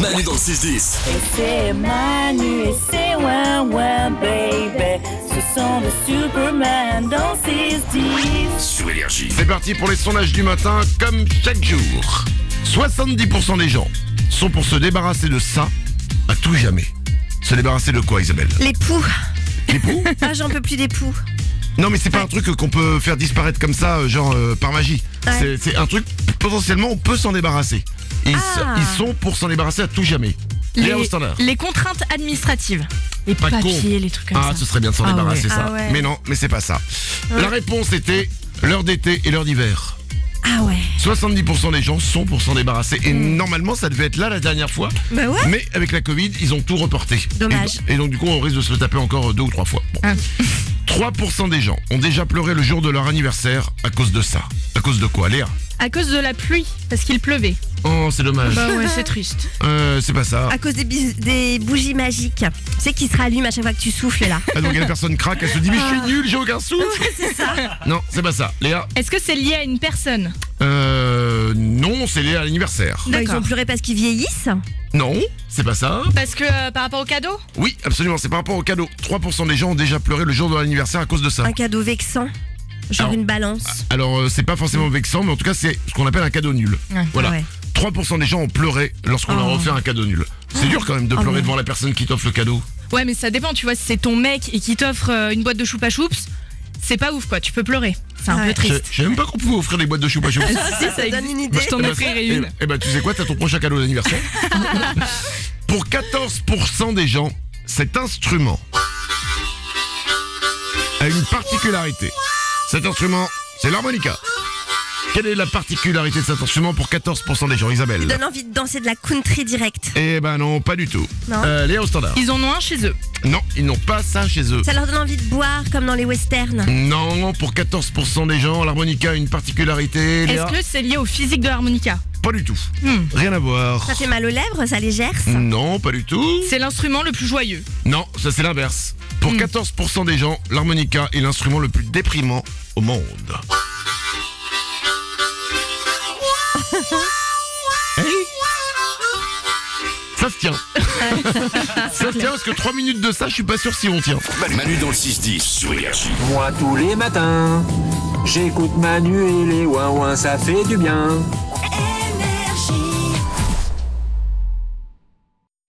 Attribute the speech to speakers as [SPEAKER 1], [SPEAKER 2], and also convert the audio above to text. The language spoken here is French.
[SPEAKER 1] Manu dans le 6-10.
[SPEAKER 2] Et c'est Manu et c'est Ouin Ouin Baby. Ce sont les Superman dans 6-10.
[SPEAKER 1] Sur Énergie.
[SPEAKER 3] C'est parti pour les sondages du matin, comme chaque jour. 70% des gens sont pour se débarrasser de ça à tout jamais. Se débarrasser de quoi, Isabelle
[SPEAKER 4] Les poux.
[SPEAKER 3] Des poux
[SPEAKER 4] Ah, j'en peux plus des poux.
[SPEAKER 3] Non, mais c'est pas un truc qu'on peut faire disparaître comme ça, euh, genre euh, par magie.
[SPEAKER 4] Ouais.
[SPEAKER 3] C'est- C'est un truc, potentiellement, on peut s'en débarrasser. Et Ils, s-
[SPEAKER 4] Ah.
[SPEAKER 3] ils sont pour s'en débarrasser à tout jamais. Léa au standard.
[SPEAKER 5] les contraintes administratives. Les
[SPEAKER 3] Pas de
[SPEAKER 5] papiers,
[SPEAKER 3] con.
[SPEAKER 5] les trucs comme
[SPEAKER 3] Ah,
[SPEAKER 5] ça.
[SPEAKER 3] ce serait bien de s'en
[SPEAKER 5] Ah
[SPEAKER 3] débarrasser,
[SPEAKER 5] ouais.
[SPEAKER 3] ça.
[SPEAKER 4] Ah ouais.
[SPEAKER 3] Mais non, mais c'est pas ça. La réponse était l'heure d'été et l'heure d'hiver.
[SPEAKER 4] Ah ouais.
[SPEAKER 3] 70% des gens sont pour s'en débarrasser. Et normalement, ça devait être là la dernière fois.
[SPEAKER 4] Bah ouais.
[SPEAKER 3] Mais avec la Covid, ils ont tout reporté.
[SPEAKER 4] Dommage.
[SPEAKER 3] Et, do- et donc, du coup, on risque de se le taper encore euh, deux ou trois fois. Bon. 3% des gens ont déjà pleuré le jour de leur anniversaire à cause de ça. À cause de quoi, Léa
[SPEAKER 5] À cause de la pluie, parce qu'il pleuvait.
[SPEAKER 3] Oh, c'est dommage.
[SPEAKER 5] Bah ouais, c'est triste.
[SPEAKER 3] Euh, c'est pas ça.
[SPEAKER 4] À cause des, bis- des bougies magiques. Tu sais qui se rallument à chaque fois que tu souffles là.
[SPEAKER 3] Ah, donc, la personne craque, elle se dit, mais je suis nulle, j'ai aucun souffle. Non, c'est pas ça. Léa,
[SPEAKER 5] Est-ce que c'est lié à une personne
[SPEAKER 3] euh, non, c'est lié à l'anniversaire.
[SPEAKER 4] Bah, ils
[SPEAKER 5] D'accord.
[SPEAKER 4] ont pleuré parce qu'ils vieillissent.
[SPEAKER 3] Non, c'est pas ça.
[SPEAKER 5] Parce que euh, par rapport au cadeau
[SPEAKER 3] Oui, absolument, c'est par rapport au cadeau. 3% des gens ont déjà pleuré le jour de leur anniversaire à cause de ça.
[SPEAKER 4] Un cadeau vexant. Genre
[SPEAKER 3] Alors,
[SPEAKER 5] Ah.
[SPEAKER 4] une balance.
[SPEAKER 3] Alors, euh, c'est pas forcément vexant, mais en tout cas, c'est ce qu'on appelle un cadeau nul.
[SPEAKER 5] Ouais. Oh.
[SPEAKER 3] Voilà.
[SPEAKER 4] Ouais.
[SPEAKER 3] 3% des gens ont pleuré lorsqu'on leur a offert un cadeau nul.
[SPEAKER 5] Ah.
[SPEAKER 3] C'est dur quand même de pleurer devant la personne qui t'offre le cadeau.
[SPEAKER 5] Ouais, mais ça dépend, tu vois, si c'est ton mec et qui t'offre euh, une boîte de choupa choups, c'est pas ouf quoi, tu peux pleurer. C'est un
[SPEAKER 4] Ouais.
[SPEAKER 5] peu
[SPEAKER 3] Je
[SPEAKER 5] triste.
[SPEAKER 3] je savais même pas qu'on pouvait offrir des boîtes de choupa choups.
[SPEAKER 5] Si, Ah, ça
[SPEAKER 4] donne
[SPEAKER 5] existe.
[SPEAKER 4] une idée.
[SPEAKER 5] Je t'en offrirai une.
[SPEAKER 3] Eh ben, tu sais quoi, t'as ton prochain cadeau d'anniversaire. Pour 14% des gens, cet instrument a une particularité. Cet instrument, c'est l'harmonica. Quelle est la particularité de cet instrument pour 14% des gens, Isabelle
[SPEAKER 4] Donne envie de danser de la country direct.
[SPEAKER 3] Eh ben non, pas du tout.
[SPEAKER 4] Non.
[SPEAKER 3] Euh, Léa au standard.
[SPEAKER 5] Ils en ont un chez eux.
[SPEAKER 3] Non, ils n'ont pas ça chez eux.
[SPEAKER 4] Ça leur donne envie de boire comme dans les westerns.
[SPEAKER 3] Non, pour 14% des gens, l'harmonica a une particularité. Léa
[SPEAKER 5] Est-ce que c'est lié au physique de l'harmonica
[SPEAKER 3] Pas du tout.
[SPEAKER 5] Hmm.
[SPEAKER 3] Rien à voir.
[SPEAKER 4] Ça fait mal aux lèvres, ça les gerce.
[SPEAKER 5] Mm.
[SPEAKER 3] Non, pas du tout.
[SPEAKER 5] C'est Hmm. l'instrument le plus joyeux.
[SPEAKER 3] Non, ça c'est l'inverse. Pour 14% des gens, l'harmonica est l'instrument le plus déprimant au monde. Hey Eh ça se tient. ça se tient parce que 3 minutes de ça, je suis pas sûr si on tient.
[SPEAKER 1] Manu, dans le 6-10. Sur Énergie.
[SPEAKER 6] Moi tous les matins, j'écoute Manu et les ouin ça fait du bien.